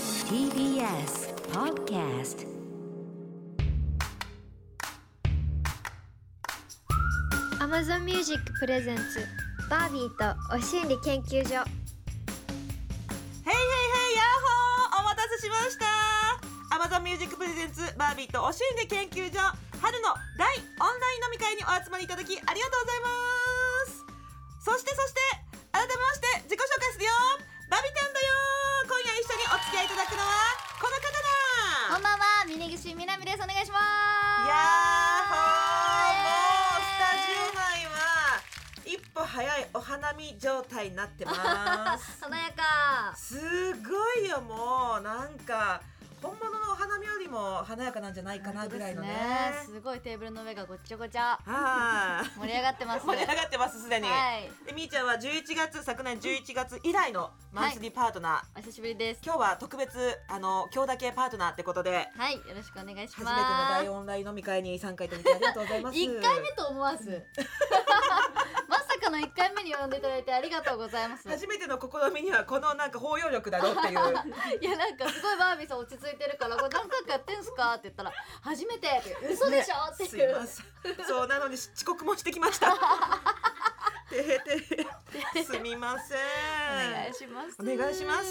TBS Podcast アマゾンミュージックプレゼンツバービーとお心理研究所ヘイヘイヘイヤッホーお待たせしました Amazon Music Presents バービーとおしゅんで研究所春の大オンライン飲み会にお集まりいただきありがとうございますそしてそして改めまして自己紹介するよバビタンだよ今夜一緒にお付き合いいただくのはこのこ方だんばんは、峯岸みなみです。お願いしまヤッホーもうスタジオ内は一歩早いお花見状態になってますす。華やか。すごいよもうなんか本物のお花見よりも華やかなんじゃないかなぐらいのね本当ですねすごいテーブルの上がごっちゃごちゃ。は盛り上がってまいす。盛り上がってますすでに、はい。でみーちゃんは11月昨年11月以来のマンスリーパートナー、お久しぶりです。今日は特別あの今日だけパートナーってことではい、よろしくお願いし初めてのま大す。オンライン飲み会に参加いただきありがとうございます一回目と思わ ず。まさかの一回目に呼んでいただいてありがとうございます。初めての試みにはこのなんか包容力だろうっていういやなんかすごいバービーさん落ち着いてるからこれ何回かやってんすかって言ったら初めてって嘘でしょってすいいうません そうなのに遅刻もしてきました てへてへすみませんお願いしますお願いします。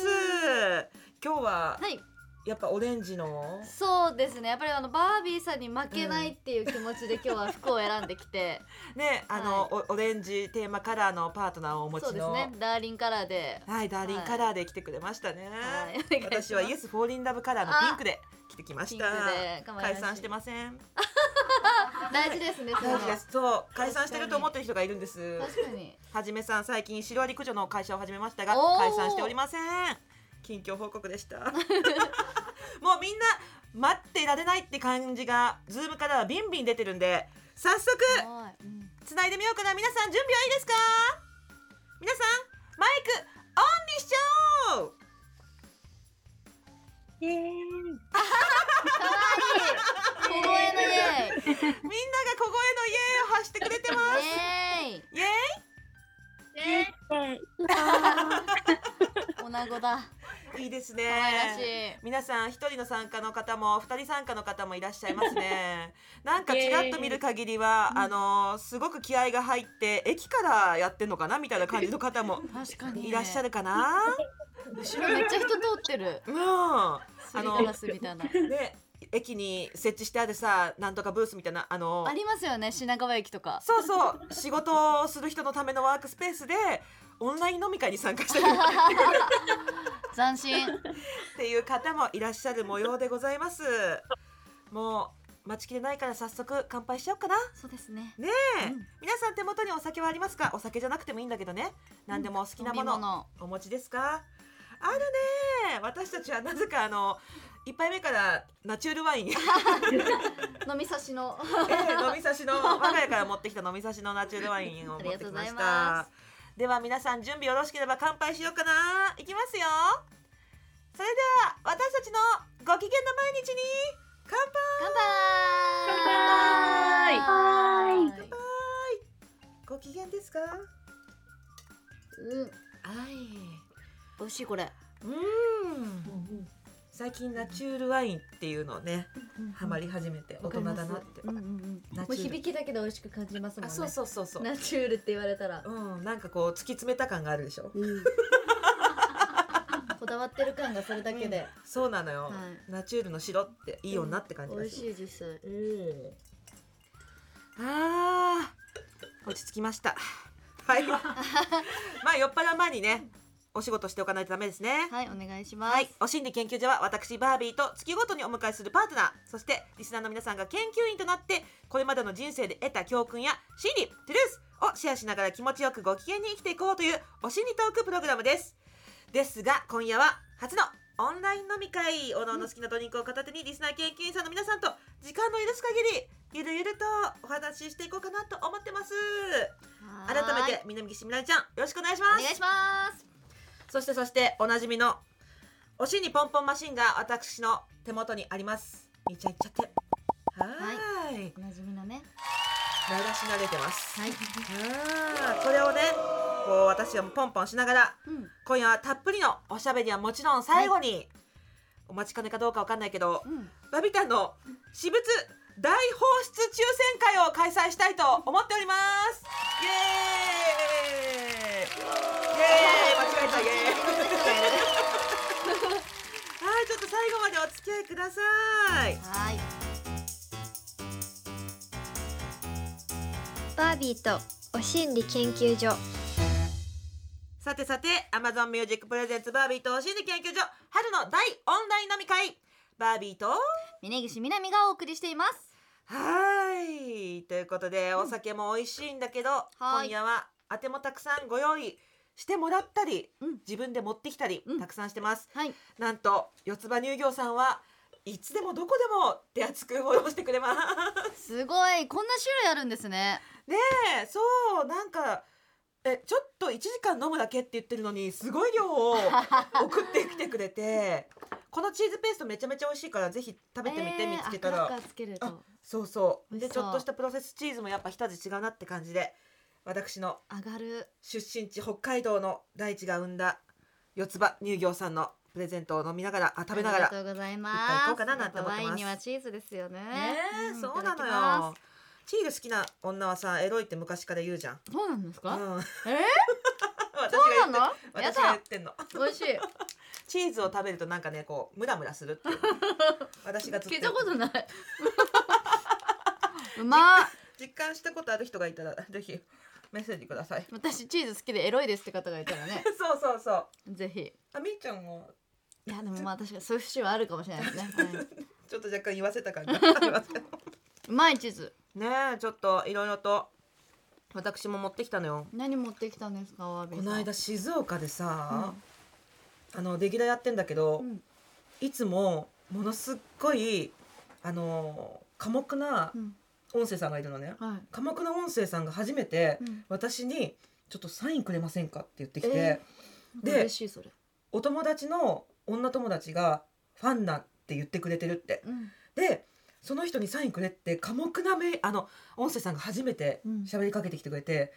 今日ははいやっぱオレンジの。そうですねやっぱりあのバービーさんに負けないっていう気持ちで今日は服を選んできて、ね、あの、おオレンジテーマカラーのパートナーをお持そうちですの。ねダーリンカラーではい、ダーリンカラーで来てくれましたね。はいお願い私しますはイエスフォーリンラブカラーのピンクで来てきましたピンクで。可愛らしい解散してません。大事ですねそれ大事です。そう、解散してると思ってる人がいるんです。確かにはじめさん、最近シロアリ駆除の会社を始めましたが、おー解散しておりません。近況報告で した。もうみんな待ってられないって感じが、ズームからはビンビン出てるんで、早速すごいうん繋いでみようかな。皆さん準備はいいですか？皆さんマイクオンにしちゃおう。小声のイエーイみんなが小声のイエーイを発してくれてます。イエーイイエーイ。おなごだいいです可愛らしいね。皆さん一人の参加の方も二人参加の方もいらっしゃいます ね。なんかちらっと見る限りは、あのーすごく気合が入って駅からやってんのかなみたいな感じの方も 確かにいらっしゃるかな。 後ろめっちゃ人通ってるうん。あすりガのラスみたいなね駅に設置してあるさなんとかブースみたいなあのーありますよね品川駅と かそうそう仕事をする人のためのワークスペースでオンライン飲み会に参加してる斬新っていう方もいらっしゃる模様でございますもう待ちきれないから早速乾杯しようかなそうですねねえ、うん皆さん手元にお酒はありますかお酒じゃなくてもいいんだけどね何でもお好きなもの,、飲み物お持ちですかあるね私たちはなぜかあの一杯目からナチュールワ インえ飲み差しのえ飲み差しの我が家から持ってきた飲み差しのナチュールワイ ンを持ってきまありがとうしございまたでは皆さん準備よろしければ乾杯しようかないきますよそれでは私たちのご機嫌な毎日に乾杯乾杯乾杯ご機嫌ですかうんはい美味しいこれうん最近ナチュールワインっていうのをねハマり始めて大人だなって、うんうんうんナもうチュール響きだけで美味しく感じますもんあねそうそうそうそうナチュールって言われたら、うんなんかこう突き詰めた感があるでしょこだわってる感がそれだけで、そうなのよ、はいナチュールの白っていい女って感じ美が味すしる、い実際うん、あー落ち着きました はいまあ酔っ払う前にねお仕事しておかないとダメですねはいお願いします、はい、お心理研究所は私バービーと月ごとにお迎えするパートナーそしてリスナーの皆さんが研究員となってこれまでの人生で得た教訓や心理トゥルースをシェアしながら気持ちよくご機嫌に生きていこうというお心理トークプログラムですですが今夜は初のオンライン飲み会おのおの好きなドリンクを片手にリスナー研究員さんの皆さんと時間の許す限りゆるゆるとお話ししていこうかなと思ってます改はめーいて南岸みなみちゃんよろしくお願いしおます願いしますそしてそしておなじみのおしにポンポンマシンが私の手元にあります。いっちゃんいっちゃって。はーい。い、おなじみのね流し慣れてます。はいあーこれをね、こう私はもうポンポンしながらうん今夜はたっぷりのおしゃべりはもちろん最後に、お待ちかねかどうかわかんないけど、うんバビタンの私物大放出抽選会を開催したいと思っておりますイエーイイエーイ間違えたイエーイはいちょっと最後までお付き合いくださいはいバービーとお心理研究所さてさて Amazon Music Presents バービーと心理研究所春の大オンライン飲み会バービーと峯岸みなみがお送りしていますはーいということでお酒も美味しいんだけど、今夜はあてもたくさんご用意してもらったり、うん自分で持ってきたり、うんたくさんしてますはいなんと四つ葉乳業さんはいつでもどこでも手厚くフォローしてくれ ますすごいこんな種類あるんですねねえそうなんかえちょっと1時間飲むだけって言ってるのにすごい量を送ってきてくれてこのチーズペーストめちゃめちゃ美味しいからぜひ食べてみて、えー見つけたあクラらッカーつけるあとそうそう美で味しちそうょっとしたプロセスチーズもやっぱ一味違うなって感じで私の上がる出身地北海道の大地が生んだ四つ葉乳業さんのプレゼントを飲みながらあ食べながありらがとうございますいっぱい行こうかななんて思ってますやぱワインにはチーズですよねねえ、んそういたなだきのまよチール好きな女はさエロいって昔から言うじゃん、すそうなんですうか、ん、 えー、私がそう言ってなのや私が言っだてんの美味しいチーズを食べるとなんかねこうムラムラするっていう 私がずっと言っ聞いてたるこ とないうまい実感したことある人がいたらぜひメッセージください 私チーズ好きでエロいですって方がいたらねそうそうそうぜひあみーちゃんもいやでもまあ確かにそういう節はあるかもしれないです ね、はいちょっと若干言わせた 感じがありますけどうまいチーズねえちょっといろいろと私も持ってきたのよ何持ってきたんですかわびこさのん間静岡でさ、あのレギュラーやってんだけど、うんいつもものすっごいあの寡黙なうん音声さんがいるのね、はい寡黙な音声さんが初めてうん私に「ちょっとサインくれませんか?」って言ってきて、えで嬉しいそれお友達の女友達がファンだって言ってくれてるってうんでその人にサインくれって寡黙なめあの音声さんが初めてうん喋りかけてきてくれて、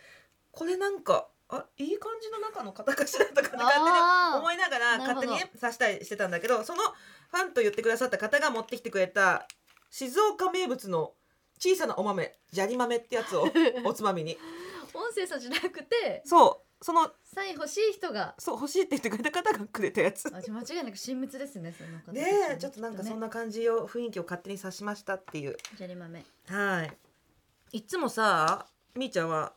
これなんかあいい感じの中の方かしらとかって勝手にあ思いながらなる勝ほ手どにね刺したりしてたんだけどそのファンと言ってくださった方が持ってきてくれた静岡名物の小さなお豆砂利豆ってや つをおつまみにー音声さんじゃなくてそうそのサイン欲しい人がそう欲しいって言ってくれた方がくれたや つあじゃあ間違いなく親密ですねその方たちねえちょっとなんかそんねな感じを雰囲気を勝手に刺しましたっていう砂利豆はいいつもさみーちゃんは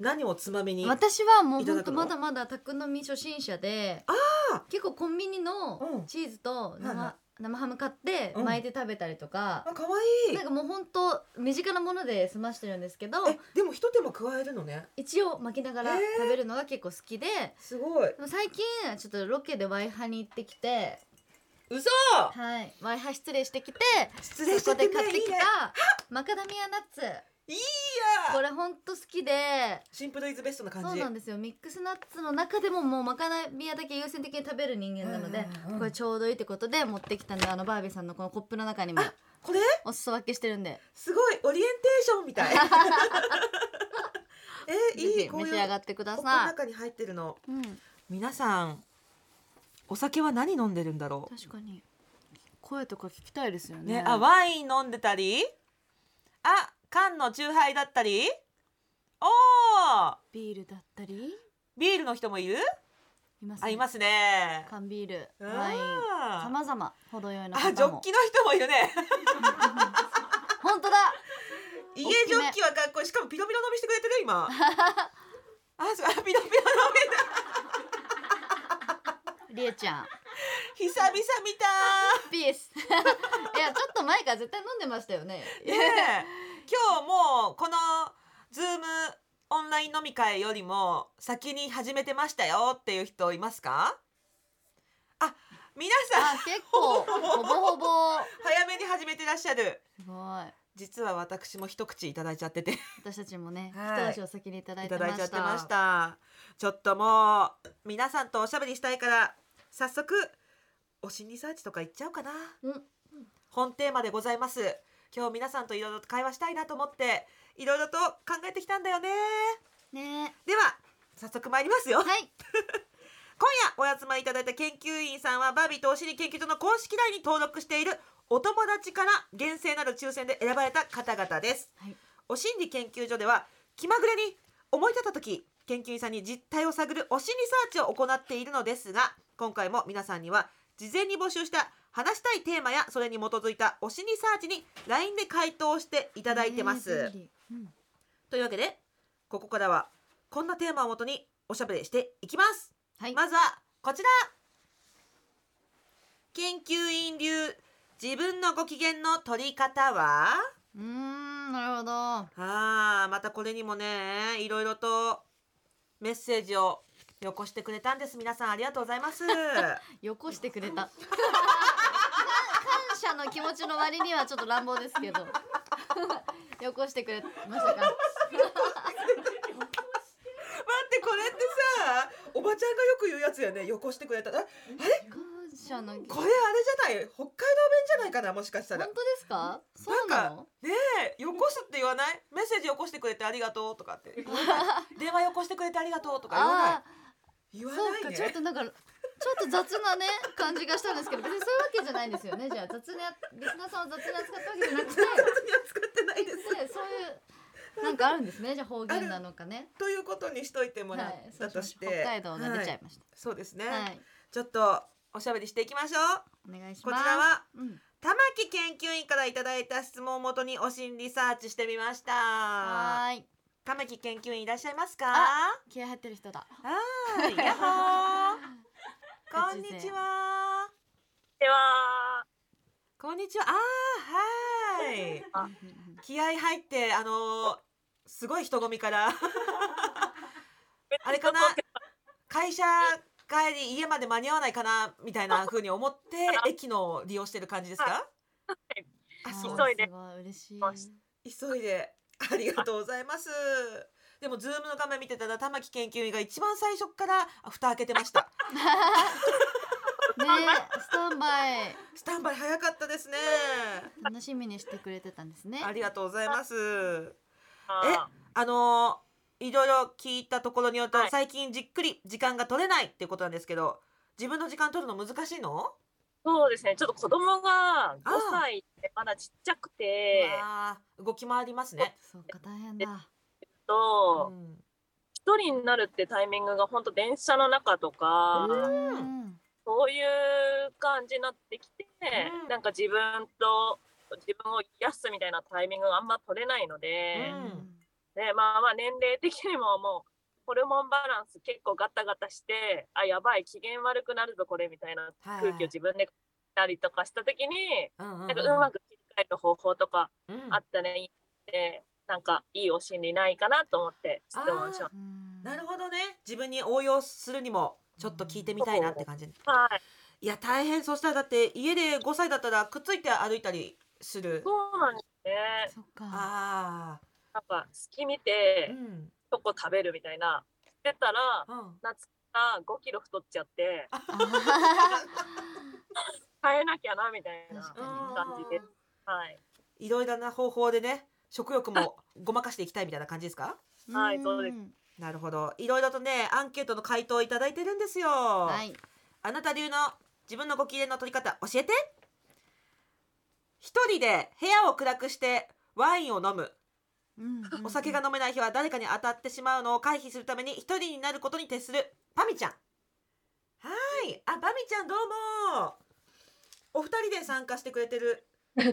何をつまみに私はもういたほだんくとのまだまだ宅飲み初心者であ結構コンビニうのんチーズとはい生は生ハム買ってうん巻いて食べたりとかあ、可愛いなんかもうほんと身近なもので済ましてるんですけどえでも一手間加えるのね一応巻きながらえー食べるのが結構好きで、すごいでも最近ちょっとロケでワイハに行ってきて嘘はいワイハ失礼してきて失礼しちそゃこってでね買っていきいたねマカダミアナッツいやこれほんと好きでシンプルイズベストな感じそうなんですよミックスナッツの中でももうマカダミアだけ優先的に食べる人間なので、うんうんうんこれちょうどいいってことで持ってきたんであのバービーさんのこのコップの中にもこれお裾分けしてるんですごいオリエンテーションみた いえぜいいひこうい召うし上がってくだここのさい。中に入ってるのうん、皆さんお酒は何飲んでるんだろ確かに声とか聞きたいですようね。ねあワイン飲んでたりあ缶のチューハイだったりおービールだったりビールの人もいるいます、ね。あいますね缶ビール、うんワイン、さまざま程よいのあジョッ方も。キの人もいる ね本当だ。家大きジめョッキはかっこいいしかもピロピロ飲みしてくれてる 今あすごいあピロピロ飲みだりえちゃん、久々見たピース。 いやちょっと前から絶対飲んでましたよね。 ねえ今日もうこのズームオンライン飲み会よりも先に始めてましたよっていう人いますかあ皆さんあ結構ほぼほぼ。早めに始めてらっしゃるすごい。実は私も一口いただいちゃってて私たちもね、はい一足お先にいただいいてたまだいした。ちゃってましたちょっともう皆さんとおしゃべりしたいから早速お心理サーチとか行っちゃおうかなうん本テーマでございます今日皆さんといろいろと会話したいなと思っていろいろと考えてきたんだよねねでは早速参りますよ、はい今夜お集まりいただいた研究員さんはバービーとお尻研究所の公式 LINE に登録しているお友達から厳正なる抽選で選ばれた方々です、はいお心理研究所では気まぐれに思い立った時研究員さんに実態を探るお心理サーチを行っているのですが今回も皆さんには事前に募集した話したいテーマやそれに基づいたお心理サーチに LINE で回答していただいてます、えー便利うんというわけでここからはこんなテーマをもとにおしゃべりしていきますはい、まずはこちら研究員流自分のご機嫌の取り方はうーんなるほどはあーまたこれにもねいろいろとメッセージをよこしてくれたんです皆さんありがとうございます よこしてくれた感謝の気持ちの割にはちょっと乱暴ですけど よこしてくれましたか待ってこれってさおばちゃんがよく言うやつやねよこしてくれたあ感謝のこれあれじゃない北海道弁じゃないかなもしかしたら本当ですかそうななのねえよこすって言わないメッセージよこしてくれてありがとうとかって言わ ない電話よこしてくれてありがとうとか言わない言ああわーそうなかいちょっねとなんかちょっと雑なね感じがしたんですけど別にそういうわけじゃないんですよねじゃあ雑なリスナーさんを雑に扱ったわけじゃなくて使ってないですでそういうなんかあるんですねじゃあ方言なのかねということにしといてもらったとして、はい、そうしましょう北海道が出ちゃはいましそうですね、たはい、ちょっとおしゃべりしていきましょうお願いしこちますらはうん、玉木研究員からいただいた質問をもとにお心理サーチしてみましたはーい玉木研究員いらっしゃいますかあ気合入ってる人だはいやっほーこんにちはでは、こんにちはあーはいあ気合入ってあのーすごい人混みから あれかな会社帰り家まで間に合わないかなみたいな風に思 って駅の利用してる感じですかいあそう急いであーすごい嬉しいそ急うしいでありがとうございますでもズームの画面見てたら玉木研究員が一番最初からあ蓋開けてましたねスタンバイスタンバイ早かったですね楽しみにしてくれてたんですねありがとうございますああのーいろいろ聞いたところによると、はい最近じっくり時間が取れないっていうことなんですけど自分の時間取るの難しいの、そうですね、ちょっと子供が5歳でまだちっちゃくて、あ動き回りますね。そうか大変だと、うん一人になるってタイミングが本当電車の中とか、うんそういう感じになってきて、うんなんか自分と自分を癒すみたいなタイミングがあんま取れないので、うんでまあまあ年齢的にももうホルモンバランス結構ガタガタしてあやばい機嫌悪くなるぞこれみたいなはい空気を自分で感じたりとかした時に、うんうんなんかうまく切り替える方法とかうんあったらいいって、なんかいいお心理ないかなと思って質問しましうんなるほどね自分に応用するにもちょっと聞いてみたいなって感じ。た。はい、いや大変そしたらだって家で5歳だったらくっついて歩いたりする。そうなんですね。そっかあなんか隙見あ、うてんチョコ食べるみたいなしてたらうん、夏から5キロ太っちゃってあ変えなきゃなみたいな確かに感じでうんはい、いろいろな方法でね食欲もごまかしていきたいみたいな感じですかーはいそうですんなるほど。いろいろとね、アンケートの回答をいただいてるんですよ。はいあなた流の自分のご機嫌の取り方教えて。一人で部屋を暗くしてワインを飲む。お酒が飲めない日は誰かに当たってしまうのを回避するために一人になることに徹する。パミちゃん。はーい。あ、パミちゃんどうも。お二人で参加してくれてる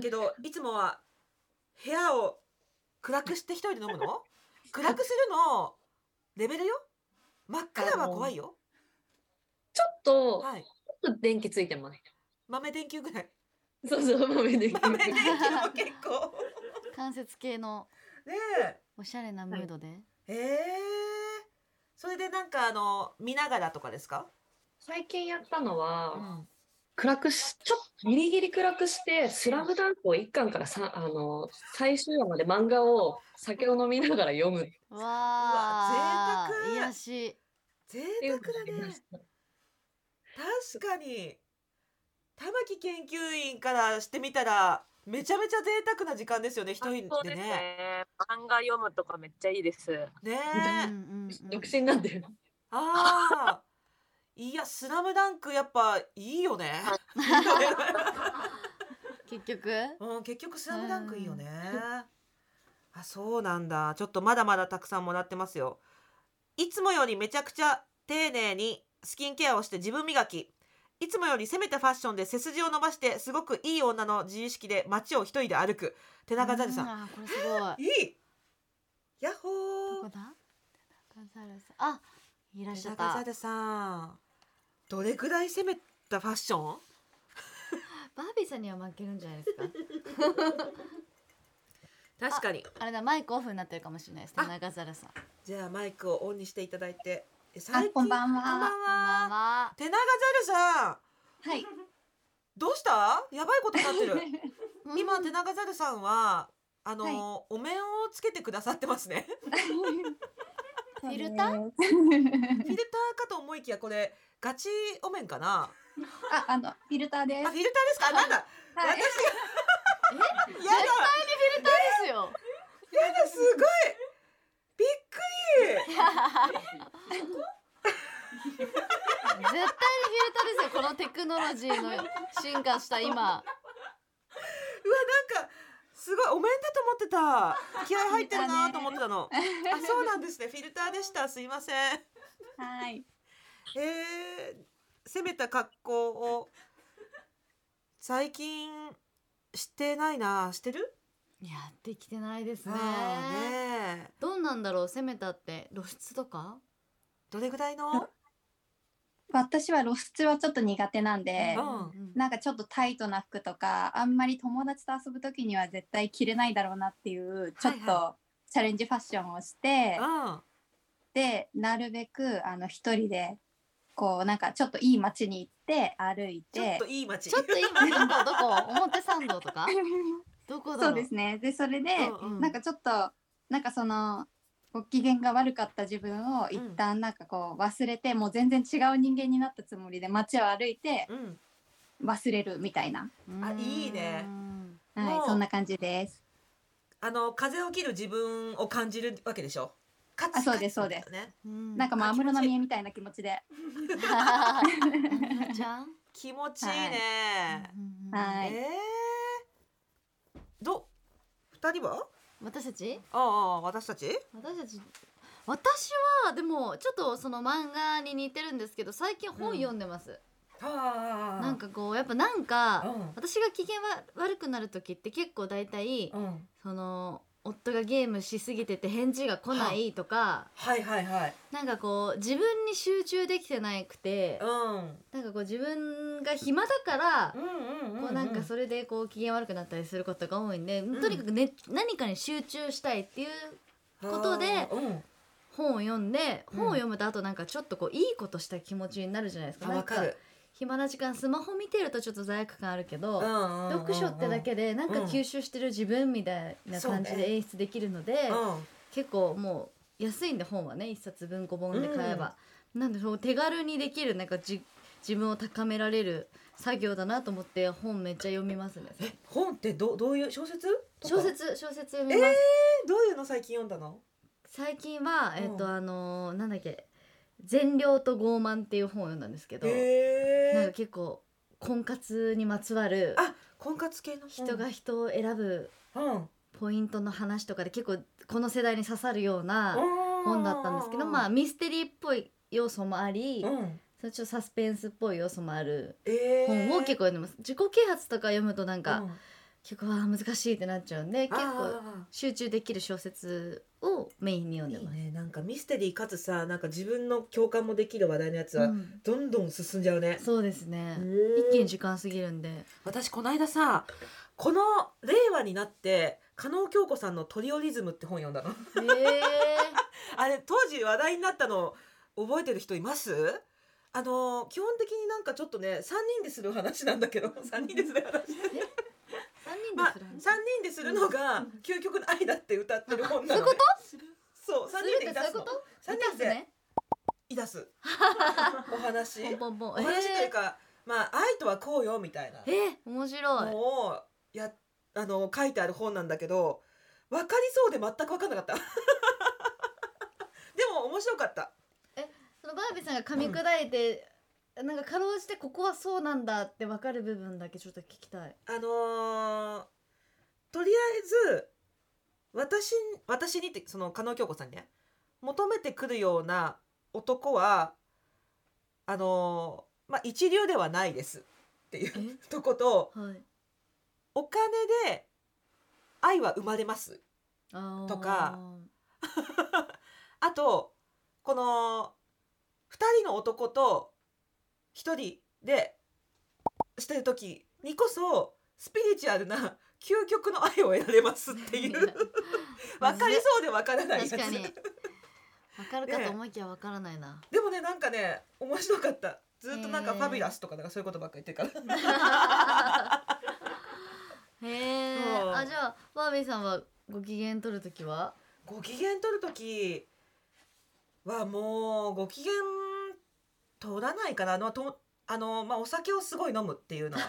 け ど、いつもは部屋を暗くして一人で飲むの暗くするのレベルよ真っ暗は怖いよ。ちょっと、はい。ちょっと電気ついてます。豆電球ぐ らい。そうそう、豆電気。豆電球も結構。関節系のねえ。おしゃれなムードでええそれでなんかあの見ながらとかですか？最近やったのうは、ん。暗くし、ちょっとギリギリ暗くして、スラムダンクを1巻からさあの、最終話まで漫画を酒を飲みながら読むってわあうわ贅沢癒し贅いう沢だのがありまねし。た確かに。玉木研究員からしてみたらめちゃめちゃ贅沢な時間ですよね一人そうでですね。ね。漫画読むとかめっちゃいいです。ねうんえうんうん独身なんだよ。ああいや「スラムダンクやっぱいいよね。いいよ ね結局うん、結局スラムダンクいいよね。あ、そうなんだ。ちょっとまだまだたくさんもらってますよ。いつもよりめちゃくちゃ丁寧にスキンケアをして自分磨き。いつもより攻めたファッションで背筋を伸ばしてすごくいい女の自意識で街を一人で歩く。手長ザルさん。あーこれすごいいい。やっどほこー。だ高ザルさんあいらっ手しゃっ長たザルさん。どれくらい攻めたファッション？バービーさんには負けるんじゃない ですか確かに。あれだマイクオフになってるかもしれないですね長ザルさんこんじゃあマイクをオンにしていただいて。えあ最近こんばんこはんばんばはん。は手長ザルさんはい。どうしたやばいことになって る今手長ザルさんはあのー、はお面をつけてくださってます ねフィルターフィルターかと思いきやこれガチお面かなあ、あの、フィルターであす。フィルターですかあなんだはやい。だですよやだすごいびっくり絶対にフィルターですよこのテクノロジーの進化した今うわなんかすごいお面だと思ってた気合入ってるなと思ってたのあそうなんですねフィルターでしたすいませんはい。えー、攻めた格好を最近してないなしてるやってきてないですねあねえどんなんだろう攻めたって露出とかどれぐらい の私は露出はちょっと苦手なんでう、んなんかちょっとタイトな服とか、あんまり友達と遊ぶ時には絶対着れないだろうなっていう、ちょっとチャレンジファッションをして、うんで、なるべく、あの、一人で、こう、なんかちょっといい街に行って、歩いちょってと、いい街ちょっと今どこどこ表参道と かどこだろそうですね。で、それで、うんうんなんかちょっとなんかそのご機嫌が悪かった自分をうん一旦なんかこう忘れて、もう全然違う人間になったつもりで街を歩いてうん忘れるみたいな、うんあいいねはいもう、そんな感じです。あの風を切る自分を感じるわけでしょカあそうですそうですねうんなんかもうあ安室奈気持ちいい美恵みたいな気持ちで、安室ちゃん気持ちいいね、 はいえーど二人は私たちああ私たち私たち私はでもちょっとその漫画に似てるんですけど最近本読んでます、はなんかこうやっぱなんか、うん私が機嫌わ悪くなる時って結構大体、うんその夫がゲームしすぎてて返事が来ないとかはいはいはいなんかこう自分に集中できてなくてうんなんかこう自分が暇だからうんうんうんこうなんかそれでこう機嫌悪くなったりすることが多いんで、んとにかく、ね、何かに集中したいっていうことであーうん本を読んでうん本を読むとあとなんかちょっとこういいことした気持ちになるじゃないですか。あなわんかる暇な時間スマホ見てるとちょっと罪悪感あるけど、読読書ってだけでなんか吸収してる自分みたいな感じそうねで演出できるので、結構もう安いんで本はね一冊文庫本で買えば、なんでそう手軽にできるなんかじ自分を高められる作業だなと思って本めっちゃ読みますねえ本ってどどういう小説とか小説小説読えーみます、、どういうの最近読んだの最近はうんえっ、とあのーなんだっけ「善良と傲慢」っていう本を読んだんですけど、なんえか結構婚活にまつわるあ婚活系の本人が人を選ぶうんポイントの話とかで結構この世代に刺さるような本だったんですけどまあミステリーっぽい要素もあり、うんそれちょっとサスペンスっぽい要素もあるえー、本を結構読んでます、自己啓発とか読むとなんか、うん結構あー難しいってなっちゃうんで結構あ集中できる小説をメインにー読んでいいます。ねなんかミステリーかつさなんか自分の共感もできる話題のやつは、うんどんどん進んじゃうねそうですね、うん一気に時間過ぎるんで私この間さこの令和になって加納京子さんの「トリオリズム」って本読んだ のえー、あれ当時話題になったの覚えてる人いますあの基本的になんかちょっとね3人でする話なんだけど3人でする話3人まであする、 3人でするのが究極の愛だって歌ってる本なの、ね、そう3人でいだすのそ3ういうこと人でねいだすお 話ポンポンポンお話というか、まあ愛とはこうよみたいなえーえー面白いのをやっあの書いてある本なんだけど分かりそうで全く分かんなかった でも面白かったそのバービーさんが噛み砕いて、なんかかろうじてここはそうなんだって分かる部分だけちょっと聞きたい。あのーとりあえず私私にってその加納京子さんにね求めてくるような男はあのーまあ一流ではないですっていうえとことはい。お金で愛は生まれますあーとか。あとこの2人の男と1人でしてる時にこそスピリチュアルな究極の愛を得られますってい う分かりそうで分からないやつ確かに。分かるかねと思いきや分からないな。 でもねなんかね面白かったずっとなんかへ「ーファビュラス」とかなんかそういうことばっかり言ってるからへえそう。あじゃあバービーさんはご機嫌取るときは。ご機嫌取る時はもうご機嫌取らないかなあのとあの、まあ、お酒をすごい飲むっていうのは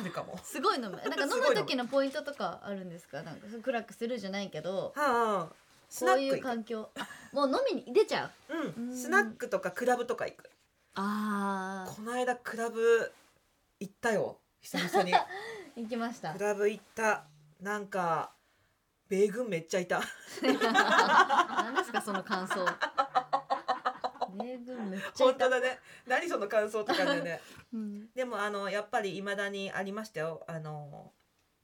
あるかも すごい飲む。なんか飲すごい飲むむ時のポイントとかあるんですか。なんか暗くするじゃないけど。はあ、スこナうッいクう環境。あもう飲みに出ちゃう。う、うんんスナックとかクラブとか行く。あこの間クラブ行ったよ。久々にクあ。行きま した。ラブ行った。なんか米軍めっちゃいた。何ですかその感 想。米軍めっちゃい本た当。だね。何その感想って感じでね。 うん。でもあのやっぱり未だにありましたよ。あの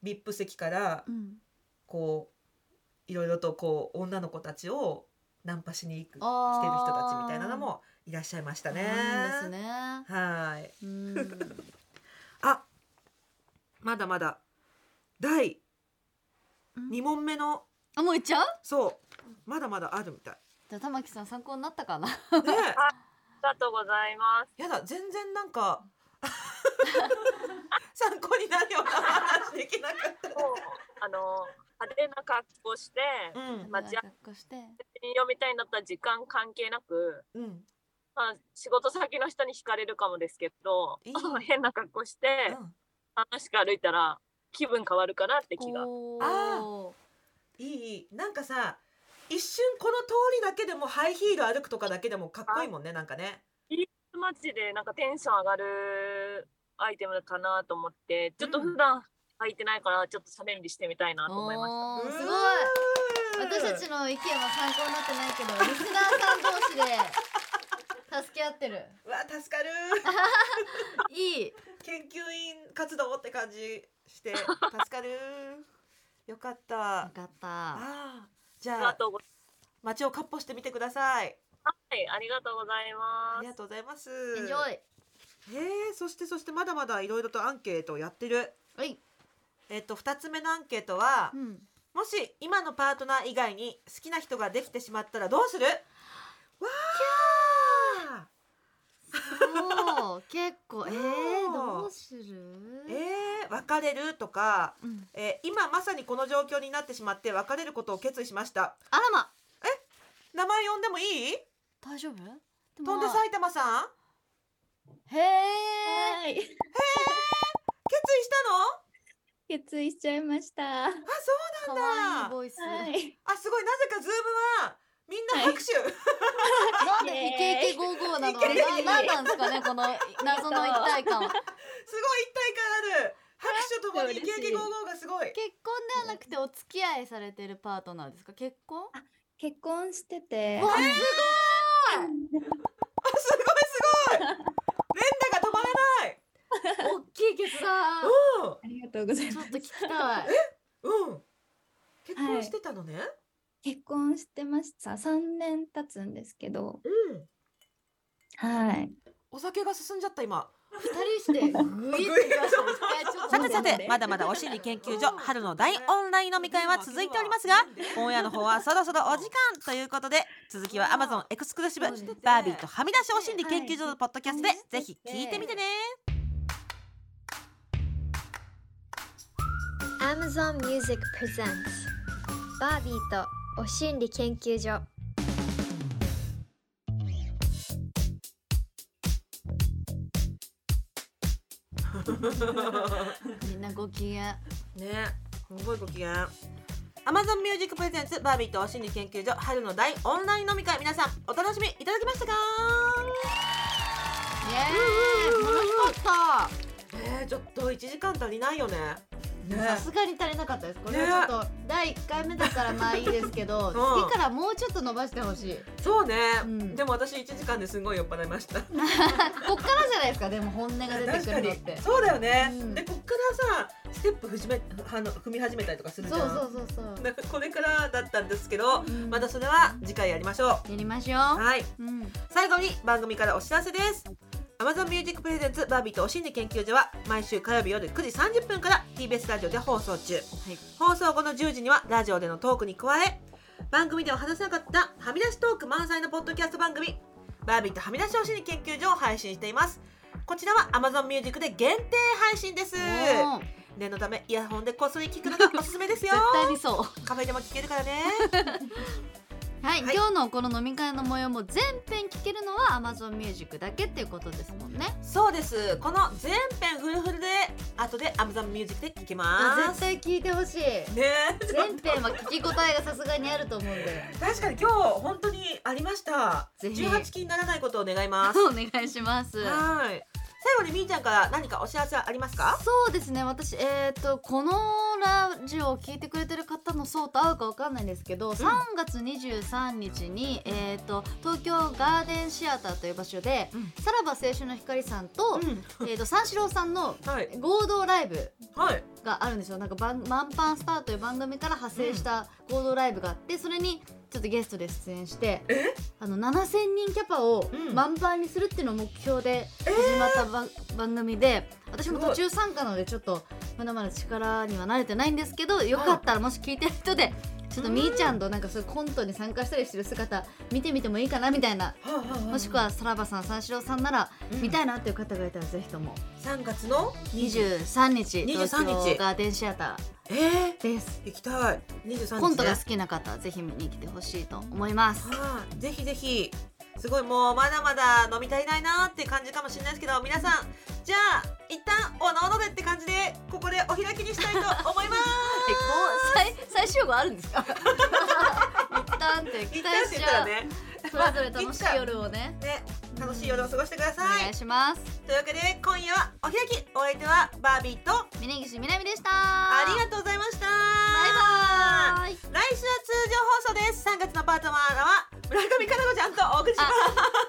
ビップ席からうん。こういろいろとこう女の子たちをナンパしに行くしてるあー人たちみたいなのもいらっしゃいましたね。そうなんはーい。ですね。あまだまだ第うん2問目のあもう行っちゃう？そうまだまだあるみ たいじゃあ玉木さん参考になったかな。ねありがとうございます。やだ全然なんか 参考になるような話できなかっもうあの派手な格好してたうんまあじゃあ格好して。人形みたいになったら時間関係なく、うんまあ、仕事先の人に惹かれるかもですけどいい 変な格好して楽しく歩いたら気分変わるかなって気が。おあお。いいいいなんかさ一瞬この通りだけでもハイヒール歩くとかだけでもかっこいいもんねなんかね。マジでなんかテンション上がるアイテムかなと思ってちょっと普段履いてないからちょっとチャレンジしてみたいなと思いましおーすごいうーん私たちの意見は参考になってないけど、リスナーさん同士で助け合ってる。うわ助かるいい。研究員活動って感じ して助かるよかったよかった。ああじた。ありゃがあとうござい街をかっ歩してみてくださいます。はい、ありがとうございあまりすが。とうございますエンジョイ。へえそしてそしてまだまだいろいろとアンケートをやってるはい。えっと2つ目のアンケートはうん。もし今のパートナー以外に好きな人ができてしまったらどうするわあおお、結構。えおー、ーどうする？えー、別れるとか、うん。えー今まさにこの状況になってしまって別れることを決意しましたあらま、名前呼んでもいい大丈夫？で飛んで埼玉さんへえ。はい決意したの決意しちゃいました。は可なんだ愛いボイス。い。あすごいなぜかズームはみんな拍手、なんでイケイケゴーゴーなの？イケイケななんなんですかねこの謎の一体感。すごい一体感ある拍手ともにイケイケゴーゴーがすごい結婚ではなくてお付き合いされてるパートナーですか？結婚？結婚しててわ、あすごいすごい連打が止まらない大きい決断。ありがとうございちょっます。と聞きたい。うんうん結婚してたのね、結婚してました。三年経つんですけど、うんはい。お酒が進んじゃった今二人してグイッといきましたね。ちょっとさ待てっさててまだまだお心理研究所春の大オンライン飲み会は続いておりますが今夜の方はそろそろお時間ということで続きは Amazon エクスクルーシブバービーとはみ出しお心理研究所のポッドキャストでぜひ聞いてみてね Amazon Music Presents バービーとお心理研究所みんなご機嫌。ねすごいご機嫌 Amazon Music Presents バービーと心理研究所春の大オンライン飲み会皆さんお楽しみいただけましたか楽しかったえー、ちょっと1時間足りないよねねさすがに足りなかったですこれはちょっと第1回目だからまあいいですけど、次からもうちょっと伸ばしてほしいそうね、うんでも私1時間ですごい酔っ払いましたこっからじゃないですかでも本音が出て確くかるにのってそうだよね、うんでこっからさステップ踏めあの踏み始めたりとかするじそゃうんそうそうそう、なんかこれからだったんですけどうんまたそれは次回やりましょやりましょうはいうん、最後に番組からお知らせです Amazon Music Presents バービーとお心理研究所は毎週火曜日夜9時30分から TBS ラジオで放送中、放送後の10時にはラジオでのトークに加え番組では話せなかったはみ出しトーク満載のポッドキャスト番組バービーとはみ出しお心理研究所を配信していますこちらは Amazon Music で限定配信ですおー念のためイヤホンでこっそり聞くのがおすすめですよ 絶対にそうカフェでも聞けるからねはい、はい今日のこの飲み会の模様も全編聞けるのは Amazon Music だけっていうことですもんねそうですこの全編フルフルで後で Amazon Music で聞けま絶す対聞いてほしいねえ全編は聞き応えがさすがにあると思うんで確かに今日本当にありましたぜひ18期にならないことを願いますお願いしますはい最後にみーちゃんから何かお知らせはありますかそうですね私えっ、とこのラジオを聞いてくれてる方の層と合うかわかんないんですけど、3月23日に、えっと東京ガーデンシアターという場所で、うんさらば青春の光さんと,、んえー、と三四郎さんのはい合同ライブはいがあるんですよなんか番「マンパンスター」という番組から派生した合同ライブがあって、それにちょっとゲストで出演してあの7000人キャパをうん満杯にするっていうのを目標で始まったば、番組で私も途中参加なのでちょっとまだまだ力には慣れてないんですけどよかったらもし聞いてる人で。ちょっとみーちゃんとなんかそういうコントに参加したりしてる姿見てみてもいいかなみたいなもしくはさらばさん三四郎さんなら見たいなっていう方がいたらぜひとも3月の23日23日東京ガーデンシアタえー、ーです行きたい23日、ね、コントが好きな方はぜひ見に来てほしいと思いますはい、ぜひぜひすごいもうまだまだ飲み足りないなーって感じかもしれないですけど皆さんじゃあ一旦おのおのでって感じでここでお開きにしたいと思いますえこう最最終号あるんですか一旦って期一待旦っしてち言ったゃらう、ねそれぞれ楽しい夜をねね楽しい夜を過ごしてくだおさい、願いしますというわけで今夜はお開きお相手はバービーと峯岸みなみでしたあありがとうございましたバイバイ来週は通常放送です3月のパートナーは村上佳菜子ちゃんとお送りしますあ